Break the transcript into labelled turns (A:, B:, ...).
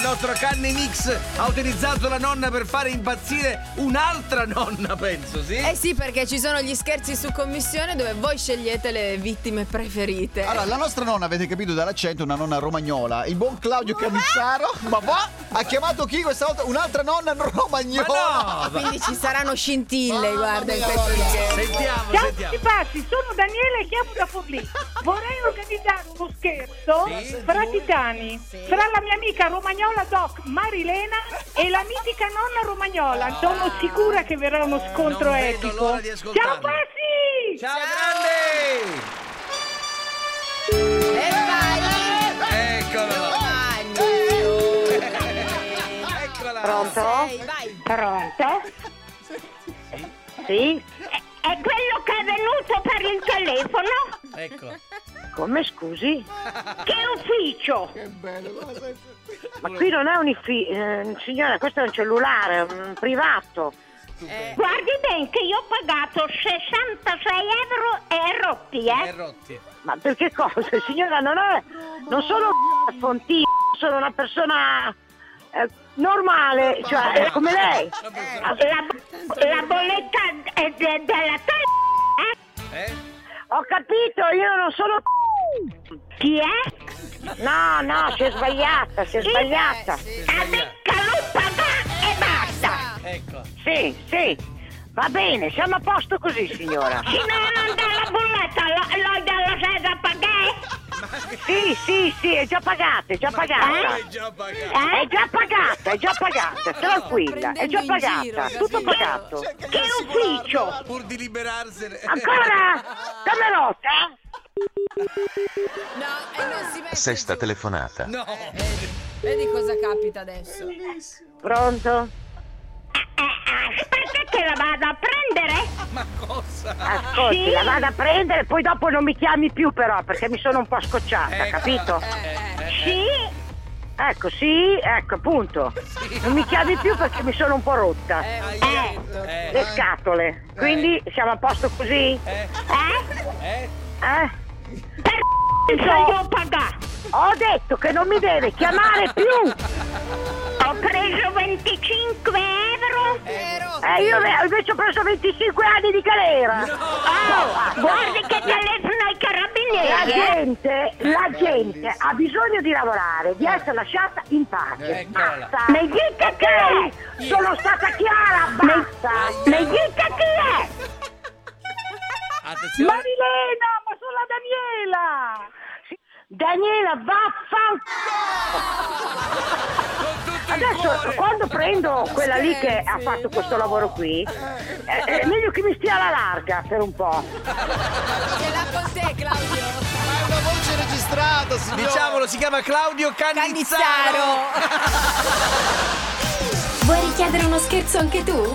A: nostro Canny Mix ha utilizzato la nonna per fare impazzire un'altra nonna, penso, sì?
B: Eh sì, perché ci sono gli scherzi su commissione dove voi scegliete le vittime preferite.
C: Allora, la nostra nonna, avete capito dall'accento, è una nonna romagnola. Il buon Claudio Camizzaro, ma va, ha chiamato chi questa volta? Un'altra nonna romagnola.
A: Ma no!
B: Quindi ci saranno scintille,
C: Mamma
B: guarda, in
C: mia,
B: questo
C: guarda.
B: scherzo.
A: Sentiamo,
D: Ciao
A: sentiamo.
D: passi, sono Daniele e chiamo da Forlì. Vorrei organizzare uno scherzo
A: Sì?
D: fra titani, fra la mia amica romagnola doc Marilena e la mitica nonna romagnola. Sono sicura che verrà uno scontro
A: Ah. non vedo
D: etico.
A: l'ora di ascoltarlo.
D: Ciao passi!
A: Ciao, grande!
B: E vai!
A: Eccolo! Eccola!
D: Pronto?
B: Sei, vai!
D: Pronto? Sì? È quello che è venuto per il telefono?
A: Eccola.
D: Come scusi? Che ufficio?
C: Che bello, guarda, sai-
D: Ma qui non è un ufficio, signora, questo è un cellulare privato.
B: Eh,
D: Guardi ben che io ho pagato 66 euro e rotti,
A: E
D: eh?
A: rotti.
D: Ma per che cosa? Signora, non è. Non sono un fontino, sono una persona eh, normale, cioè eh, come lei.
A: Una persona-
D: La, bolletta della tua
A: Eh?
D: Ho capito, io non sono Chi è? Eh, No, no, si è sbagliata, si è sbagliata.
B: sì.
A: è sbagliata.
D: caluppa va e basta.
A: Ecco.
D: Sì, sì. Va bene, siamo a posto così, signora. Sì, no, non dà la bolletta, l'ho dalla sede a pagare. Sì, sì, sì, è già pagata, è già pagata.
A: Hai già pagato.
D: Eh? È già pagata, è già pagata, tranquilla, è già
B: Prendendo in giro,
D: pagata, tutto
B: capito?
D: pagato.
C: C'è anche
D: Che
C: da assicurarlo,
D: ufficio?
A: Pur di liberarsene.
D: Ancora? Camerotta?
B: no, e non si mette
E: Sesta
B: giù.
E: telefonata.
A: No.
B: Vedi, vedi cosa capita adesso. Eh,
D: Pronto? Aspetta che la vado a prendere.
A: Ma cosa?
D: Ascolti, la vado a prendere, poi dopo non mi chiami più però, perché mi sono un po' scocciata,
A: Ecco.
D: capito?
B: Eh, eh.
D: Sì. Ecco, sì, ecco, appunto. Non mi chiami più perché mi sono un po' rotta.
B: Eh, ho
D: Eh.
B: detto.
A: Eh?
D: Le scatole. Quindi siamo a posto così?
A: Eh? Eh?
D: Eh? Per devo pagare. Ho detto che non mi deve chiamare più. Ho preso 25 euro.
B: Vero?
D: Eh, io ve- invece ho preso 25 anni di galera. Ah, guardi che telefono ai carabinieri. eh? La gente, la gente ha bisogno di lavorare, di essere lasciata in pace.
A: Eccola.
D: Basta. Mi dite chi è? Sono stata chiara, basta. Mi dite chi è?
A: Attenzione.
D: Marilena, ma sono la Daniela. Daniela, vaffanculo.
A: Con tutto il
D: Adesso
A: cuore.
D: quando prendo quella lì che ha fatto questo lavoro qui, è, è meglio che mi stia alla larga per un po'.
B: Ce l'ha con te, Claudio.
C: Ma è una voce registrata, signora.
A: Diciamolo, si chiama Claudio Cannizzaro.
B: Cannizzaro.
F: Vuoi richiedere uno scherzo anche tu?